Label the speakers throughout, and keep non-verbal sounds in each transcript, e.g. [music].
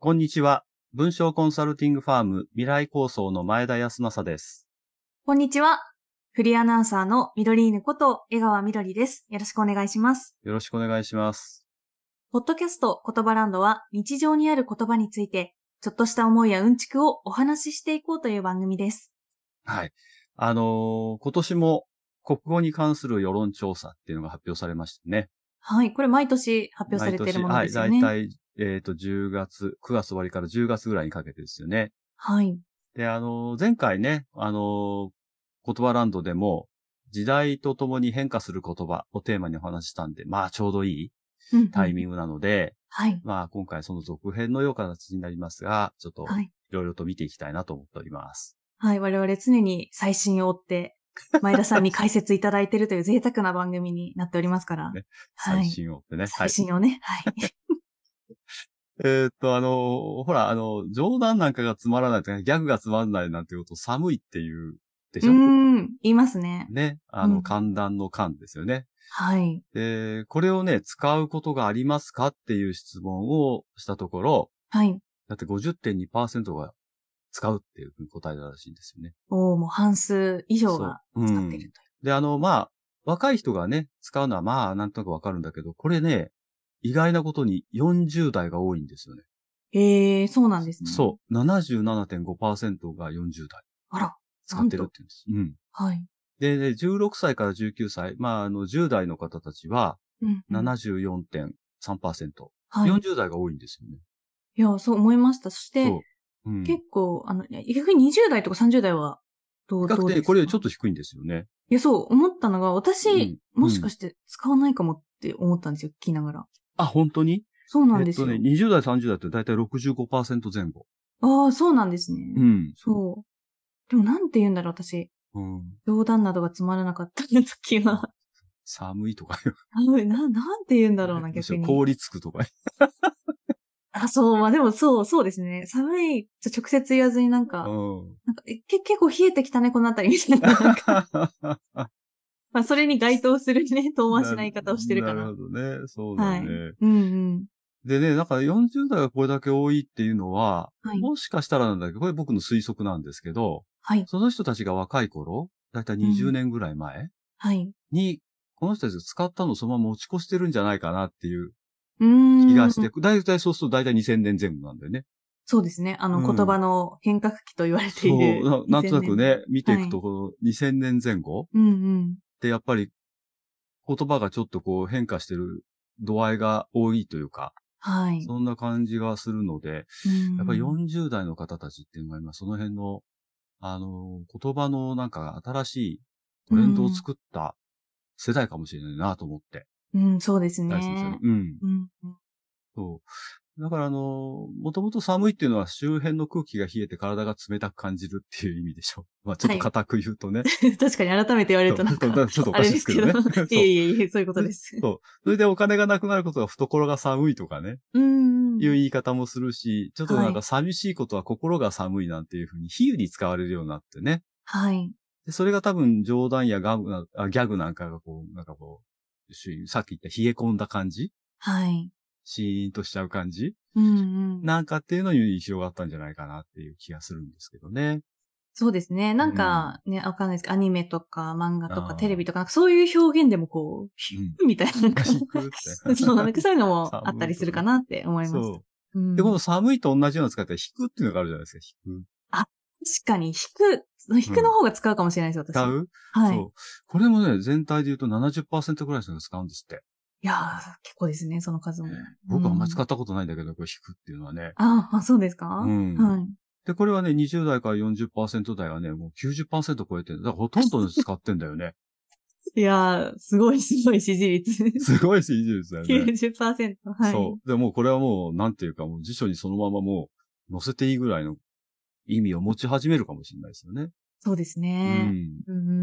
Speaker 1: こんにちは。文章コンサルティングファーム未来構想の前田康政です。
Speaker 2: こんにちは。フリーアナウンサーのミドリーヌこと江川みどりです。よろしくお願いします。
Speaker 1: よろしくお願いします。
Speaker 2: ポッドキャスト言葉ランドは日常にある言葉について、ちょっとした思いやうんちくをお話ししていこうという番組です。
Speaker 1: はい。あのー今年も国語に関する世論調査っていうのが発表されましてね。
Speaker 2: はい。これ毎年発表されているものですよ
Speaker 1: 毎
Speaker 2: ね。
Speaker 1: 年
Speaker 2: は。
Speaker 1: はいい、大体、えっ、と、10月、9月終わりから10月ぐらいにかけてですよね。で、あのー前回ね、あのー言葉ランドでも、時代とともに変化する言葉をテーマにお話ししたんで、まあちょうどいい
Speaker 2: うんうん
Speaker 1: タイミングなので、
Speaker 2: はい。
Speaker 1: まあ今回その続編のような形になりますが、ちょっと
Speaker 2: はい。
Speaker 1: いろいろと見ていきたいなと思っております。
Speaker 2: はい。我々常に最新を追って、前田さんに解説いただいているという贅沢な番組になっておりますから。
Speaker 1: ね
Speaker 2: は
Speaker 1: 最
Speaker 2: い。
Speaker 1: 新をってね。
Speaker 2: 最新をね。はい。
Speaker 1: はい、えーっと、あのー、ほら、あの、冗談なんかがつまらないとか、ギャグがつまらないなんていうことを寒いっていうでし
Speaker 2: う
Speaker 1: ょ
Speaker 2: ん。言いますね。
Speaker 1: ね。あ
Speaker 2: う
Speaker 1: の、
Speaker 2: ん
Speaker 1: 寒暖の寒ですよね。
Speaker 2: はい。
Speaker 1: で、これをね、使うことがありますかっていう質問をしたところ、
Speaker 2: はい。
Speaker 1: だって50.2%が使うっていうふうに答えたらしいんですよね。
Speaker 2: おーもう半数以上が
Speaker 1: そう
Speaker 2: 使っているという。
Speaker 1: で、あの、まあ、若い人がね、使うのはまあ、なんとなくわかるんだけど、これね、意外なことに40代が多いんですよね。
Speaker 2: ええそうなんですね。
Speaker 1: そう。77.5%が40代
Speaker 2: う。あら。
Speaker 1: 使ってるって言うんです。うん。
Speaker 2: はい。
Speaker 1: で、ね、16歳から19歳、まあ、あの、10代の方たちは
Speaker 2: うん、
Speaker 1: 74.3%、
Speaker 2: はい。
Speaker 1: 40代が多いんですよね。
Speaker 2: いや、そう思いました。そして、
Speaker 1: そう。うん。
Speaker 2: 結構、あの、いや逆に20代とか30代は、どう、
Speaker 1: 比
Speaker 2: ど
Speaker 1: 較
Speaker 2: うです
Speaker 1: 的
Speaker 2: か
Speaker 1: これよりちょっと低いんですよね。
Speaker 2: いや、そう、思ったのが、私、
Speaker 1: うん
Speaker 2: もしかして使わないかもって思ったんですよ、聞きながら。
Speaker 1: あ、本当に
Speaker 2: そうなんです
Speaker 1: えっ
Speaker 2: よ。
Speaker 1: とね、20代、30代ってだいたい65%前後。
Speaker 2: ああ、そうなんですね。
Speaker 1: うん。
Speaker 2: そう。でも、なんて言うんだろう、私。
Speaker 1: うん。
Speaker 2: 冗談などがつまらなかった時は。 [laughs]
Speaker 1: 寒いとか
Speaker 2: あのな、なんて言うんだろうな、
Speaker 1: [laughs] むし
Speaker 2: 逆
Speaker 1: ろ
Speaker 2: に。
Speaker 1: 凍りつくとか。
Speaker 2: あ、そう、まあでもそう、そうですね。寒いと直接言わずになんか、
Speaker 1: うん。
Speaker 2: なんかえけ [laughs] 結構冷えてきたね、このあたりみたいな。
Speaker 1: [laughs]
Speaker 2: なんかまあ、それに該当する
Speaker 1: [laughs]
Speaker 2: ね、遠回しな言い方をしてる
Speaker 1: な
Speaker 2: から。
Speaker 1: るほどね。そうだよね。
Speaker 2: うんうん。
Speaker 1: でね、なんか40代がこれだけ多いっていうのは、
Speaker 2: はい。
Speaker 1: もしかしたらなんだけど、これ僕の推測なんですけど、
Speaker 2: はい。
Speaker 1: その人たちが若い頃、だいたい20年ぐらい前
Speaker 2: はい。
Speaker 1: に、この人たちが使ったのをそのまま持ち越してるんじゃないかなっていう
Speaker 2: うーん。
Speaker 1: 気がして、だいたいそうするとだいたい2000年前後なんだよね。
Speaker 2: そうですね。あの、
Speaker 1: うん
Speaker 2: 言葉の変革期と言われている。
Speaker 1: そうな、なんとなくね、見ていく
Speaker 2: は
Speaker 1: と、この2000年前後、
Speaker 2: 2000年。うんうん。
Speaker 1: で、やっぱり言葉がちょっとこう変化してる度合いが多いというか、
Speaker 2: はい。
Speaker 1: そんな感じがするので、やっぱり40代の方たちっていうのは今その辺の、あの、言葉のなんか新しいトレンドを作った世代かもしれないなと思って、
Speaker 2: うん、うん、そうですね
Speaker 1: 大。事ですよね。うん。
Speaker 2: うんうん。 [laughs]
Speaker 1: そう。だからあの、もともと寒いっていうのは周辺の空気が冷えて体が冷たく感じるっていう意味でしょ。まあちょっと固く言うとね。
Speaker 2: 確かに改めて言われるとなん
Speaker 1: そう
Speaker 2: か、
Speaker 1: そうちょっとお
Speaker 2: あ
Speaker 1: かし
Speaker 2: れ
Speaker 1: い
Speaker 2: で
Speaker 1: ですすけ
Speaker 2: け
Speaker 1: ど
Speaker 2: ど
Speaker 1: ね。。 [laughs]
Speaker 2: [laughs] いえいえいえ、そういうことです。
Speaker 1: そう。それでお金がなくなることが懐が寒いとかね、
Speaker 2: うんうん。
Speaker 1: いう言い方もするし、ちょっとなん
Speaker 2: は
Speaker 1: か
Speaker 2: い
Speaker 1: 寂しいことは心が寒いなんていうふうに比喩に使われるようになってね。
Speaker 2: はい。
Speaker 1: でそれが多分冗談やガムなあギャグなんかがこう、なんかこう、しさっき言った冷え込んだ感じ
Speaker 2: はい。
Speaker 1: シーンとしちゃう感じ
Speaker 2: うんうん。
Speaker 1: なんかっていうのに広がったんじゃないかなっていう気がするんですけどね。
Speaker 2: そうですね。なんかね、わかんないですけど、アニメとか漫画と
Speaker 1: あ
Speaker 2: か
Speaker 1: ー
Speaker 2: テレビとか、なんかそういう表現でもこう、ヒューみたいななんか。
Speaker 1: シンクルって
Speaker 2: [laughs] そう、なんかそういうのもあったりするかなって思いまし
Speaker 1: そ
Speaker 2: た。うん
Speaker 1: う。で、この寒いと同じような使い方、引くっていうのがあるじゃないですか、引く。
Speaker 2: 確かに、引く、引くの方が使うかもしれないです、私。
Speaker 1: 使う
Speaker 2: はい。
Speaker 1: そ。
Speaker 2: いう
Speaker 1: これもね、全体で言うと70%ぐらいの人が使うんですって。
Speaker 2: やー、結構ですね、その数も。
Speaker 1: 僕はあんまり使
Speaker 2: う
Speaker 1: ったことないんだけど、これ引くっていうのはね。
Speaker 2: あーあ、そうですか
Speaker 1: うん
Speaker 2: はい。
Speaker 1: で、これはね、20代から40%台はね、もう90%超えてる。だからほとんどの人使ってんだよ
Speaker 2: [laughs]
Speaker 1: ね。
Speaker 2: いやー、すごい、すごい支持率。
Speaker 1: すごい支持率だよね。
Speaker 2: 90%。はい。
Speaker 1: そう。でもうこれはもう、なんていうか、もう辞書にそのままもう、載せていいぐらいの意味を持ち始めるかもしれないですよね。
Speaker 2: そうです
Speaker 1: う
Speaker 2: ね。
Speaker 1: ん。
Speaker 2: うんうんう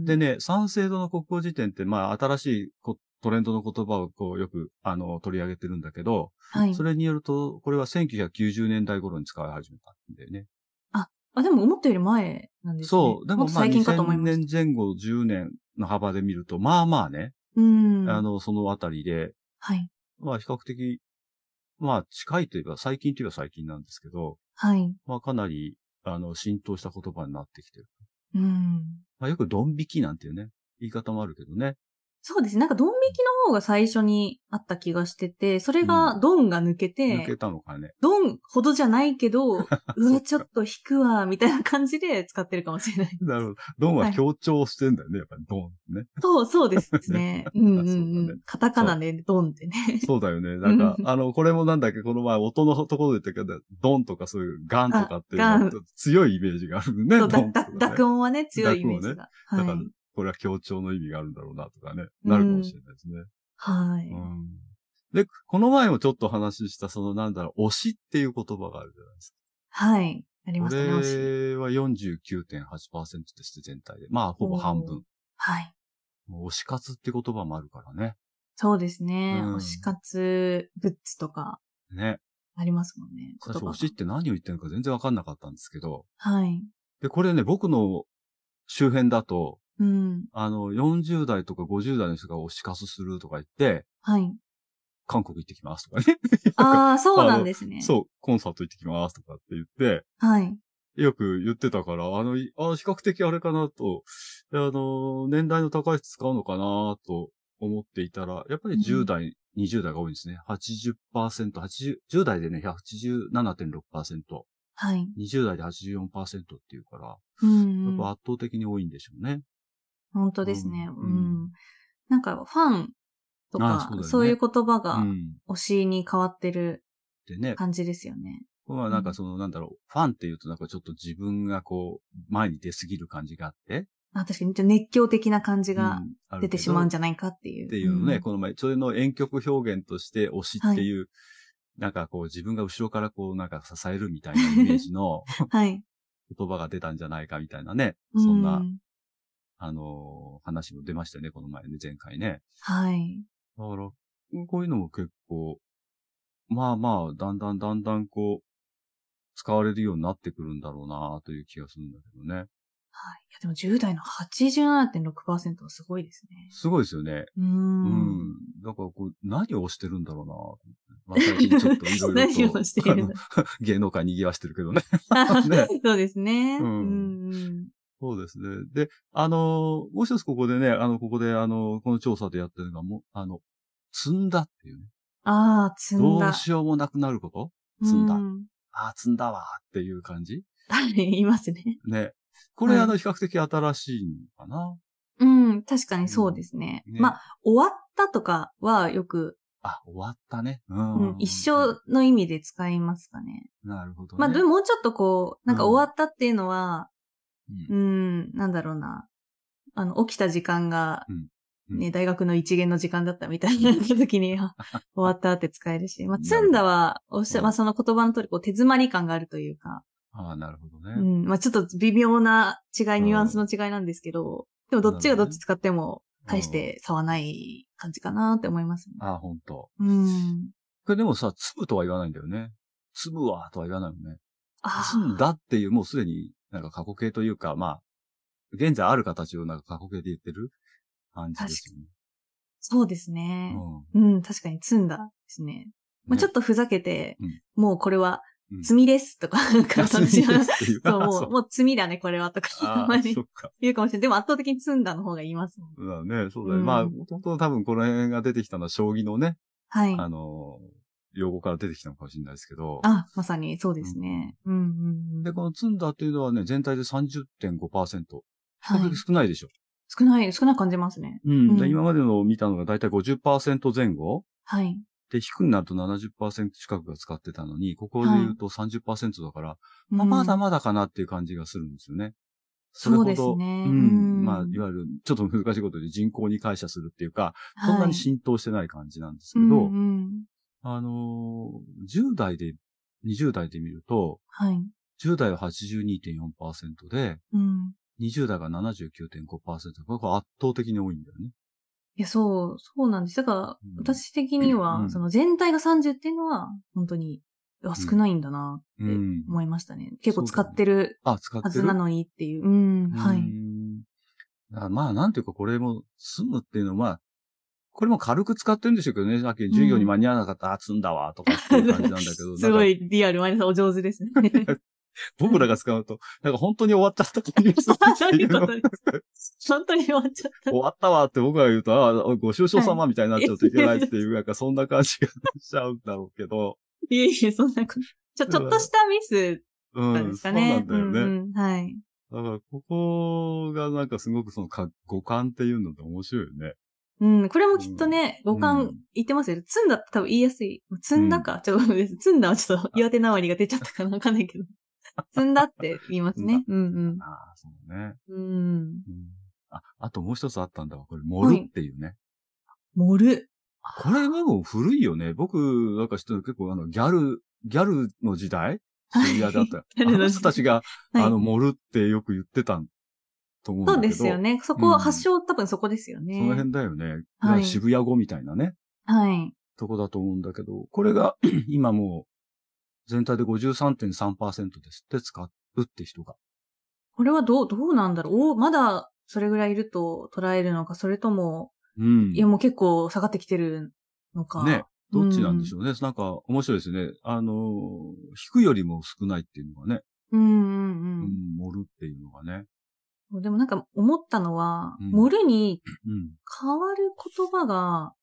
Speaker 2: ん。
Speaker 1: でね、三省堂の国語辞典って、まあ、新しいこトレンドの言葉をこう、よく、あの、取り上げてるんだけど、
Speaker 2: はい
Speaker 1: そ。れによると、これは1990年代頃に使い始めたんだよね。
Speaker 2: あ、でも思ったより前なんですね。
Speaker 1: そう。でも
Speaker 2: っと
Speaker 1: まあ
Speaker 2: 最近かと思い
Speaker 1: 2000
Speaker 2: ました
Speaker 1: 年前後10年の幅で見ると、まあまあね、
Speaker 2: うん。
Speaker 1: あの、そのあたりで、
Speaker 2: はい。
Speaker 1: まあ比較的、まあ近いといえば、最近といえば最近なんですけど、
Speaker 2: はい。
Speaker 1: まあかなり、あの、浸透した言葉になってきてる。
Speaker 2: うん。
Speaker 1: まあよくドン引きなんていうね、言い方もあるけどね。
Speaker 2: そうですね。なんか、ドン引きの方が最初にあった気がしてて、それが、ドンが抜けて、
Speaker 1: 抜けたのかね。
Speaker 2: ドンほどじゃないけ
Speaker 1: [laughs]
Speaker 2: ど、うわ、ちょっと引くわ、みたいな感じで使ってるかもしれ
Speaker 1: [laughs]
Speaker 2: ない。
Speaker 1: なるほど。ドンは強調してんだよね、やっぱりドン
Speaker 2: [laughs]
Speaker 1: ね。
Speaker 2: そう、そうですね。うんうん
Speaker 1: そう
Speaker 2: う
Speaker 1: だ
Speaker 2: ん
Speaker 1: ね。
Speaker 2: カタカナでドンってね。
Speaker 1: そうだよね。なんか
Speaker 2: う、ん
Speaker 1: あの、これもなんだっけ、この前音のところで言ったけど、ドンとかそういうガンとかっていうの
Speaker 2: あ
Speaker 1: は
Speaker 2: ガン
Speaker 1: ちょっと強いイメージがあるね。
Speaker 2: そ
Speaker 1: ド
Speaker 2: う
Speaker 1: ン
Speaker 2: だ
Speaker 1: と
Speaker 2: だ
Speaker 1: かね
Speaker 2: 濁音はね、強いイメージが。
Speaker 1: だ
Speaker 2: は
Speaker 1: から
Speaker 2: い。、
Speaker 1: これは強調の意味があるんだろうなとかね、なるかもしれないですね。
Speaker 2: は
Speaker 1: う
Speaker 2: い。
Speaker 1: ん。で、この前もちょっと話しした、そのなんだろう、推しっていう言葉があるじゃないですか。
Speaker 2: はい。ありま
Speaker 1: こ
Speaker 2: したね、おし。
Speaker 1: れは49.8%ですって全体で。まあ、ほぼ半分。
Speaker 2: はい。
Speaker 1: もう推し活って言葉もあるからね。
Speaker 2: そうですね。
Speaker 1: うん
Speaker 2: 推し活グッズとか
Speaker 1: ね。
Speaker 2: ありますもんね。
Speaker 1: 最初
Speaker 2: 言葉が
Speaker 1: 推しって何を言ってるのか全然わかんなかったんですけど。
Speaker 2: はい。
Speaker 1: で、これね、僕の周辺だと、
Speaker 2: うん。
Speaker 1: あの、40代とか50代の人が推し活するとか言って、 [laughs]
Speaker 2: はい。
Speaker 1: 韓国行ってきますとかね。
Speaker 2: ああ、そうなんですね。
Speaker 1: そう、コンサート行ってきますとかって言って、
Speaker 2: はい。
Speaker 1: よく言ってたから、あの、いあ比較的あれかなと、あの、年代の高い人使うのかなと思っていたら、やっぱり
Speaker 2: う
Speaker 1: 10
Speaker 2: ん
Speaker 1: 代、20代が多いんですね。80%、80、10代でね、187.6%、
Speaker 2: はい。
Speaker 1: 20代で84%っていうから、
Speaker 2: うんう
Speaker 1: や
Speaker 2: ん
Speaker 1: っ。ぱ圧倒的に多いんでしょうね。
Speaker 2: 本当ですね。う。
Speaker 1: うんん
Speaker 2: なんか、ファンと
Speaker 1: あ
Speaker 2: か
Speaker 1: そうだ
Speaker 2: そ
Speaker 1: よ
Speaker 2: う、
Speaker 1: ね
Speaker 2: いう言葉
Speaker 1: う
Speaker 2: が
Speaker 1: ん。
Speaker 2: 推しに変わってる
Speaker 1: でね、
Speaker 2: 感じですよね。
Speaker 1: まあなんかその、なんだろう、ファンっていうとなんかちょっと自分がこう、前に出すぎる感じがあって、
Speaker 2: あ確かに、ちょっと熱狂的な感じが
Speaker 1: うん
Speaker 2: 出てしまうんじ
Speaker 1: ゃ
Speaker 2: ゃないかっていう。
Speaker 1: っていうのね、
Speaker 2: ん
Speaker 1: この前、それの遠曲表現として推しっていう、なんかこう自分が後ろからこうなんか支えるみたいなイメージ
Speaker 2: [laughs]
Speaker 1: の
Speaker 2: はい。
Speaker 1: 言葉が出たんじゃないかみたいなね、
Speaker 2: う
Speaker 1: そんな、あのー話も出ましたよね、この前ね、前回ね。
Speaker 2: はい。
Speaker 1: だから、こういうのも結構、まあまあ、だんだんだんだんこう、使われるようになってくるんだろうなという気がするんだけどね。
Speaker 2: はい。いや、でも10代の87.6%はすごいですね。
Speaker 1: すごいですよね。
Speaker 2: うー。
Speaker 1: うんん。だからこう、何をしてるんだろうなまあ、最近ちょっといろいろ
Speaker 2: [laughs] 何をしてるんだ
Speaker 1: あの芸能界賑わしてるけどね。ね
Speaker 2: [laughs] そうですね。う
Speaker 1: うんん
Speaker 2: うん。
Speaker 1: [laughs] そうですね。で、あのーもう一つここでね、あの、ここで、あのこの調査でやってるのが、もう、あの、積んだっていうね。
Speaker 2: ああ、積ん
Speaker 1: ど
Speaker 2: だ。
Speaker 1: うしようもなくなること積んだ
Speaker 2: うん [laughs]
Speaker 1: ああ、積んだわーっていう感じ
Speaker 2: はい、言いますね。
Speaker 1: ね。これ、
Speaker 2: はい
Speaker 1: あの、比較的新しいのかな
Speaker 2: うん、確かにそうですね。
Speaker 1: ね
Speaker 2: まあ、終わったとかはよく
Speaker 1: あ、終わったね。うん
Speaker 2: うん。一生の意味で使いますかね。
Speaker 1: なるほど、ね。
Speaker 2: まあ、でも、もうちょっとこう、なんか
Speaker 1: うん
Speaker 2: 終わったっていうのは、
Speaker 1: うん
Speaker 2: う、ん、なんだろうな。あの、起きた時間が、
Speaker 1: うん
Speaker 2: ね、大学の一限の時間だったみたいな
Speaker 1: [laughs]
Speaker 2: 時に、あ終わったって使えるし、まあ、積んだは、おっしゃ、
Speaker 1: うん
Speaker 2: まあ、その言葉の通り、こう、手詰まり感があるというか、
Speaker 1: ああ、なるほどね。
Speaker 2: うん、まあ、ちょっと微妙な違い、
Speaker 1: うん
Speaker 2: ニュアンスの違いなんですけど、でもどっちがどっち使っても、大し
Speaker 1: うん。
Speaker 2: て差はない感じかなって思いますね。
Speaker 1: ああ、ほんと。
Speaker 2: うん。
Speaker 1: これでもさ、粒とは言わないんだよね。粒はとは言わないよね。
Speaker 2: あ
Speaker 1: 積んだっていう、もうすでに、なんか過去形というか、まあ、現在ある形をなんか過去形で言ってる感じですよね。
Speaker 2: そうです
Speaker 1: う
Speaker 2: ね。
Speaker 1: ん
Speaker 2: うん、確かに積んだですね。まあ、
Speaker 1: ね
Speaker 2: ちょっとふざけて、
Speaker 1: うん
Speaker 2: もうこれは
Speaker 1: うん
Speaker 2: 罪です
Speaker 1: [laughs]
Speaker 2: とか、なんか私は、
Speaker 1: っていう [laughs]
Speaker 2: そう、
Speaker 1: あ
Speaker 2: も [laughs] う、もう罪だね、これはとか、あ
Speaker 1: あ
Speaker 2: んま
Speaker 1: あ、
Speaker 2: り
Speaker 1: そっか。
Speaker 2: 言うかもしれない。でも圧倒的に積んだの方が言いますもん。
Speaker 1: そうだね、そうだね。
Speaker 2: うん
Speaker 1: まあ、本当多分この辺が出てきたのは将棋のね、
Speaker 2: はい。
Speaker 1: あのー、用語から出てきたのかもしれないですけど。
Speaker 2: あ、まさにそうですね。うん、うん、うん。
Speaker 1: で、この積んだっていうのはね、全体で30.5%。
Speaker 2: はい
Speaker 1: 比較的少ないでしょ。
Speaker 2: 少ない、少なく感じますね。
Speaker 1: うん。で
Speaker 2: うん
Speaker 1: 今までのを見たのがだいたい50%前後。
Speaker 2: はい。
Speaker 1: で、引くになると70%近くが使ってたのに、ここで言うと30%だから、まあまだ
Speaker 2: うん
Speaker 1: まだかなっていう感じがするんですよね。
Speaker 2: そう
Speaker 1: れ
Speaker 2: です
Speaker 1: ほど
Speaker 2: ね。
Speaker 1: うん。
Speaker 2: うん
Speaker 1: まあ、いわゆる、ちょっと難しいことで人口に解釈するっていうか、
Speaker 2: はい
Speaker 1: そんなに浸透してない感じなんですけ
Speaker 2: うん
Speaker 1: ど、
Speaker 2: うん
Speaker 1: あのー10代で、20代で見ると、
Speaker 2: はい。
Speaker 1: 10代は82.4%で、
Speaker 2: うん。
Speaker 1: 20代が79.5%。これが圧倒的に多いんだよね。
Speaker 2: いや、そう、そうなんです。だから、
Speaker 1: うん
Speaker 2: 私的には、
Speaker 1: うん
Speaker 2: その全体が30っていうのは、本当に、あ少ないんだなって
Speaker 1: うん
Speaker 2: 思いましたね。結構使ってる
Speaker 1: あ、使って
Speaker 2: は
Speaker 1: る
Speaker 2: ずなのにっていう。うん、は
Speaker 1: うー
Speaker 2: い。
Speaker 1: んあまあ、なんていうか、これも、住むっていうのは、これも軽く使ってるんでしょうけどね、さっき授業に間に合わなかった、あ、積んだわ、とかっていう感じなんだけど。
Speaker 2: [laughs] すごいリアル、マイナさんお上手です
Speaker 1: [laughs]
Speaker 2: ね。
Speaker 1: 僕らが使うと、なんか本当に終わっちゃった感じがする
Speaker 2: [laughs] そういうことです。本当に終わっちゃっ
Speaker 1: 終わったわって僕が言うと、ああ、ご愁傷様みたいになっちゃうといけないっていう、なんかそんな感じがしちゃうんだろうけど。
Speaker 2: た。いえいえ、そんなこと。ちょ、ちょっとしたミス
Speaker 1: う
Speaker 2: だったんで
Speaker 1: ん、
Speaker 2: す
Speaker 1: そ
Speaker 2: か
Speaker 1: うな
Speaker 2: ね。
Speaker 1: んだよね。
Speaker 2: うんうんはい。
Speaker 1: だから、ここがなんかすごくそのか五感っていうのって面白いよね。
Speaker 2: うん、これもきっとね、
Speaker 1: うん
Speaker 2: 五感言ってますよ。積んだって多分言いやすい。積んだか、ちょっとごめんなさい積んだはちょっと岩手なわりが出ちゃったかなわかんない
Speaker 1: [laughs]
Speaker 2: けど。積んだって言いますね。うん
Speaker 1: ああ、そうね。
Speaker 2: うん。うん。
Speaker 1: うん、あ、あともう一つあったんだわ。これ、盛るっていうね。
Speaker 2: 盛る。
Speaker 1: これも古いよね。僕、なんか知ってる結構あの、ギャル、ギャルの時代渋谷だったよ。
Speaker 2: [laughs] ギャ
Speaker 1: あ
Speaker 2: ルの時代
Speaker 1: の人たちが、
Speaker 2: はい
Speaker 1: あの、盛るってよく言ってたと思うんだけど。
Speaker 2: そうですよね。そ
Speaker 1: うん
Speaker 2: こ、発祥、多分そこですよね。
Speaker 1: その辺だよね。
Speaker 2: はい
Speaker 1: 渋谷語みたいなね、
Speaker 2: はい。
Speaker 1: とこだと思うんだけど、これが [clears throat] 今もう全体で53.3%ですって使うって人が。
Speaker 2: これはどう、どうなんだろうおまだそれぐらいいると捉えるのか、それとも、
Speaker 1: うん。
Speaker 2: いやもう結構下がってきてるのか。
Speaker 1: ね。どっちなんでし
Speaker 2: ょ
Speaker 1: ょうね。なんか面白いですね。あのー、引くよりも少ないっていうのがね。
Speaker 2: う。うんうん
Speaker 1: う
Speaker 2: う
Speaker 1: ん、
Speaker 2: ん。
Speaker 1: 盛るっていうのがね。
Speaker 2: でもなんか思ったのは、
Speaker 1: うん
Speaker 2: 盛るに
Speaker 1: うん。
Speaker 2: 変わる言葉が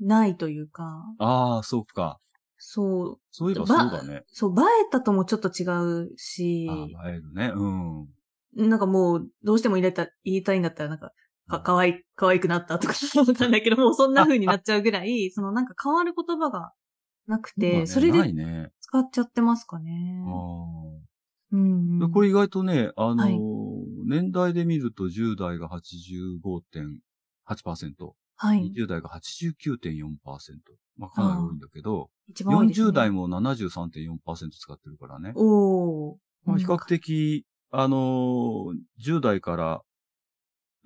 Speaker 2: ないというか、
Speaker 1: ああ、そうか。
Speaker 2: そう、
Speaker 1: そういえばそうだね。
Speaker 2: そう、映えたともちょっと違うし、
Speaker 1: ああ、映えるね。うん。
Speaker 2: なんかもうどうしても入れた、言いたいんだったらなんか、か、かわいい、かわいくなったとかわかんないけど、もうそんな風になっちゃうぐらい、そのなんか変わる言葉がなく
Speaker 1: そうだね
Speaker 2: て、それ
Speaker 1: な
Speaker 2: で
Speaker 1: いね。
Speaker 2: 使っちゃってますかね。
Speaker 1: あ
Speaker 2: うんう
Speaker 1: あ。
Speaker 2: ん。
Speaker 1: これ意外とね、あのー
Speaker 2: はい
Speaker 1: 年代で見ると10代が85.8%、
Speaker 2: はい。
Speaker 1: 20代が89.4%。まあかなり多いんだけど、
Speaker 2: 一番多いです、ね。
Speaker 1: 40代も73.4%使ってるからね。
Speaker 2: おー。
Speaker 1: まあ、比較
Speaker 2: 的。
Speaker 1: 的、あのー10代から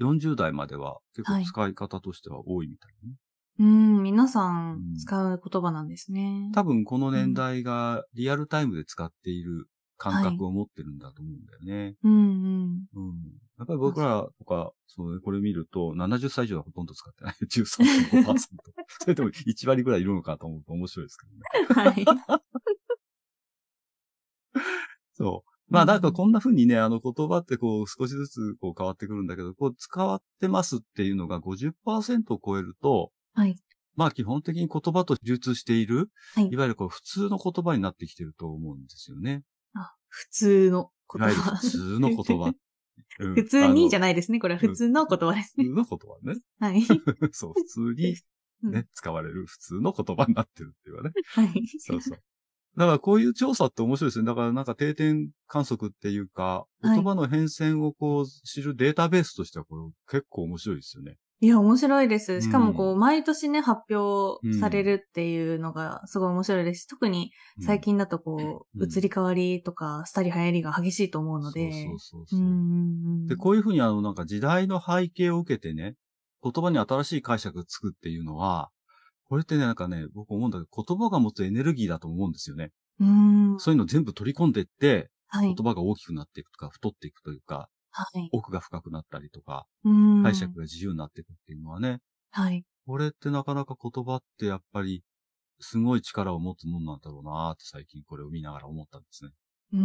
Speaker 1: 40代までは結構使い方としては多いみたいね。
Speaker 2: うん、皆さ
Speaker 1: う
Speaker 2: ん
Speaker 1: ん
Speaker 2: 使う言葉なんですね。
Speaker 1: 多分この年代がリアルタイムで使っている感覚を持ってるんだと思うんだよね。
Speaker 2: うん
Speaker 1: うん。やっぱり僕らとか、そうねこれ見ると、70歳以上はほとんど使ってない。13.5%。そ
Speaker 2: [laughs]
Speaker 1: れでも1割ぐらいいるのかと思うと面白いですけどね。
Speaker 2: うん。はい。
Speaker 1: そう。まあなんかこんな風にね、あの言葉ってこう少しずつこう変わってくるんだけど、こう使ってますっていうのが50%を超えると、
Speaker 2: はい。
Speaker 1: まあ基本的に言葉と流通している、
Speaker 2: はい
Speaker 1: いわゆるこう普通の言葉になってきてると思うんですよね。
Speaker 2: 普通の
Speaker 1: い
Speaker 2: 言
Speaker 1: わゆる
Speaker 2: 葉。
Speaker 1: 普通の言葉。うん
Speaker 2: [laughs] 普通にじゃ
Speaker 1: あ
Speaker 2: ないですね。これは普通の言葉ですね。
Speaker 1: の普通の言葉ね。 [laughs]
Speaker 2: はい。
Speaker 1: そう、普通に
Speaker 2: うん
Speaker 1: ね、使われる普通の言葉になってるっていう
Speaker 2: [laughs]
Speaker 1: かね。
Speaker 2: はい。
Speaker 1: そうそう。だからこういう調査って面白いですね。だからなんか定点観測っていうか、
Speaker 2: はい
Speaker 1: 言葉の変遷をこう知るデータベースとしてはこれ結構面白いですよね。
Speaker 2: いや、面白いです。しか
Speaker 1: うん
Speaker 2: もこう、毎年ね、発表されるっていうのがすごい面白いですし、特に
Speaker 1: うん
Speaker 2: 最近だとこう、
Speaker 1: うん
Speaker 2: 移り変わりとか、スタリ流行りが激しいと思うので。
Speaker 1: そうそうそうそうう、
Speaker 2: んうんうん
Speaker 1: で、こういうふうにあのなんか時代の背景を受けてね、言葉に新しい解釈がつくっていうのは、これってね、なんかね、僕思うんだけど、言葉が持つエネルギーだと思うんですよね。
Speaker 2: うん。
Speaker 1: そういうの全部取り込んでいって、
Speaker 2: は
Speaker 1: 言。
Speaker 2: い
Speaker 1: 葉が大きくなっていくとか、太っていくというか、
Speaker 2: はい。
Speaker 1: 奥が深くなったりとか、
Speaker 2: うん
Speaker 1: 解釈。が自由になっていくっていうのはね、
Speaker 2: はい。
Speaker 1: これってなかなか言葉ってやっぱり、すごい力を持つもんなんだろうなーって最近これを見ながら思ったんですね。
Speaker 2: う。。
Speaker 1: う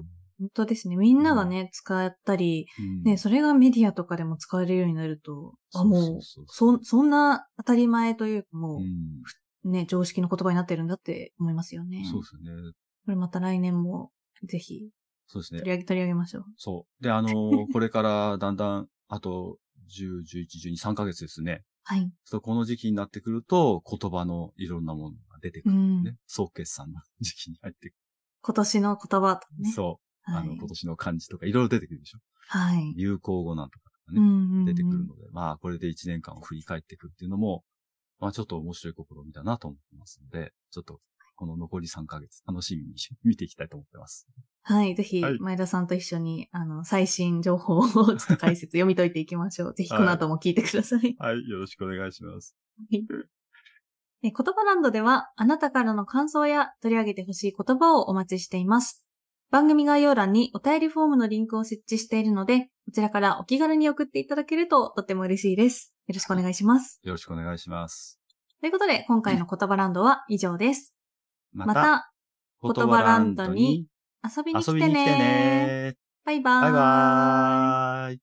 Speaker 1: ん
Speaker 2: 本当ですね。みんながね、使ったり、ね、それがメディアとかでも使われるようになると、あ、もう、
Speaker 1: そう
Speaker 2: そ、そんな当たり前というか、も
Speaker 1: うん
Speaker 2: う、ね、常識の言葉になってるんだって思いますよね。
Speaker 1: そうですね。
Speaker 2: これまた来年も、ぜひ、
Speaker 1: そうです
Speaker 2: 取
Speaker 1: ね。
Speaker 2: り上げ、取り上げましょう。
Speaker 1: そう。で、あの
Speaker 2: [laughs]
Speaker 1: ーこれからだんだん、あと、10、11、12、3ヶ月ですね。
Speaker 2: はい。
Speaker 1: そうこの時期になってくると、言葉のいろんなものが出てく
Speaker 2: う
Speaker 1: る、ね。
Speaker 2: ん。
Speaker 1: 総決算の時期に入ってく
Speaker 2: 今年の言葉と
Speaker 1: る。
Speaker 2: ね。
Speaker 1: そう。あ
Speaker 2: は
Speaker 1: の、
Speaker 2: い
Speaker 1: 今。年の漢字とかいろいろ出てくるでしょ。
Speaker 2: はい。
Speaker 1: 流行語なんとかね。
Speaker 2: うん。
Speaker 1: 出てくる
Speaker 2: うん
Speaker 1: ので、まあ、これで1年間を振り返っていくっていうのも、まあ、ちょっと面白い試みだなと思ってますので、ちょっと、この残り3ヶ月、楽しみにし見ていきたいと思ってます。
Speaker 2: はい。ぜひ
Speaker 1: はい、
Speaker 2: 前田さんと一緒に、あの、最新情報をちょっと解説
Speaker 1: [laughs]
Speaker 2: 読み解いていきましょう。ぜひ、この後も聞いてください。
Speaker 1: はい、よろしくお願いします。
Speaker 2: え言葉ランドでは、あなたからの感想や取り上げてほしい言葉をお待ちしています。番組概要欄にお便りフォームのリンクを設置しているので、こちらからお気軽に送っていただけるととっても嬉しいです。よろしくお願いします。
Speaker 1: よろしくお願いします。
Speaker 2: ということで、今回の言葉ランドは以上です。
Speaker 1: ま
Speaker 2: また、
Speaker 1: 言
Speaker 2: 言葉ランドに
Speaker 1: に
Speaker 2: 遊びに来
Speaker 1: 遊
Speaker 2: て
Speaker 1: び
Speaker 2: ね
Speaker 1: に来てね。
Speaker 2: バイバー
Speaker 1: バイバーイ。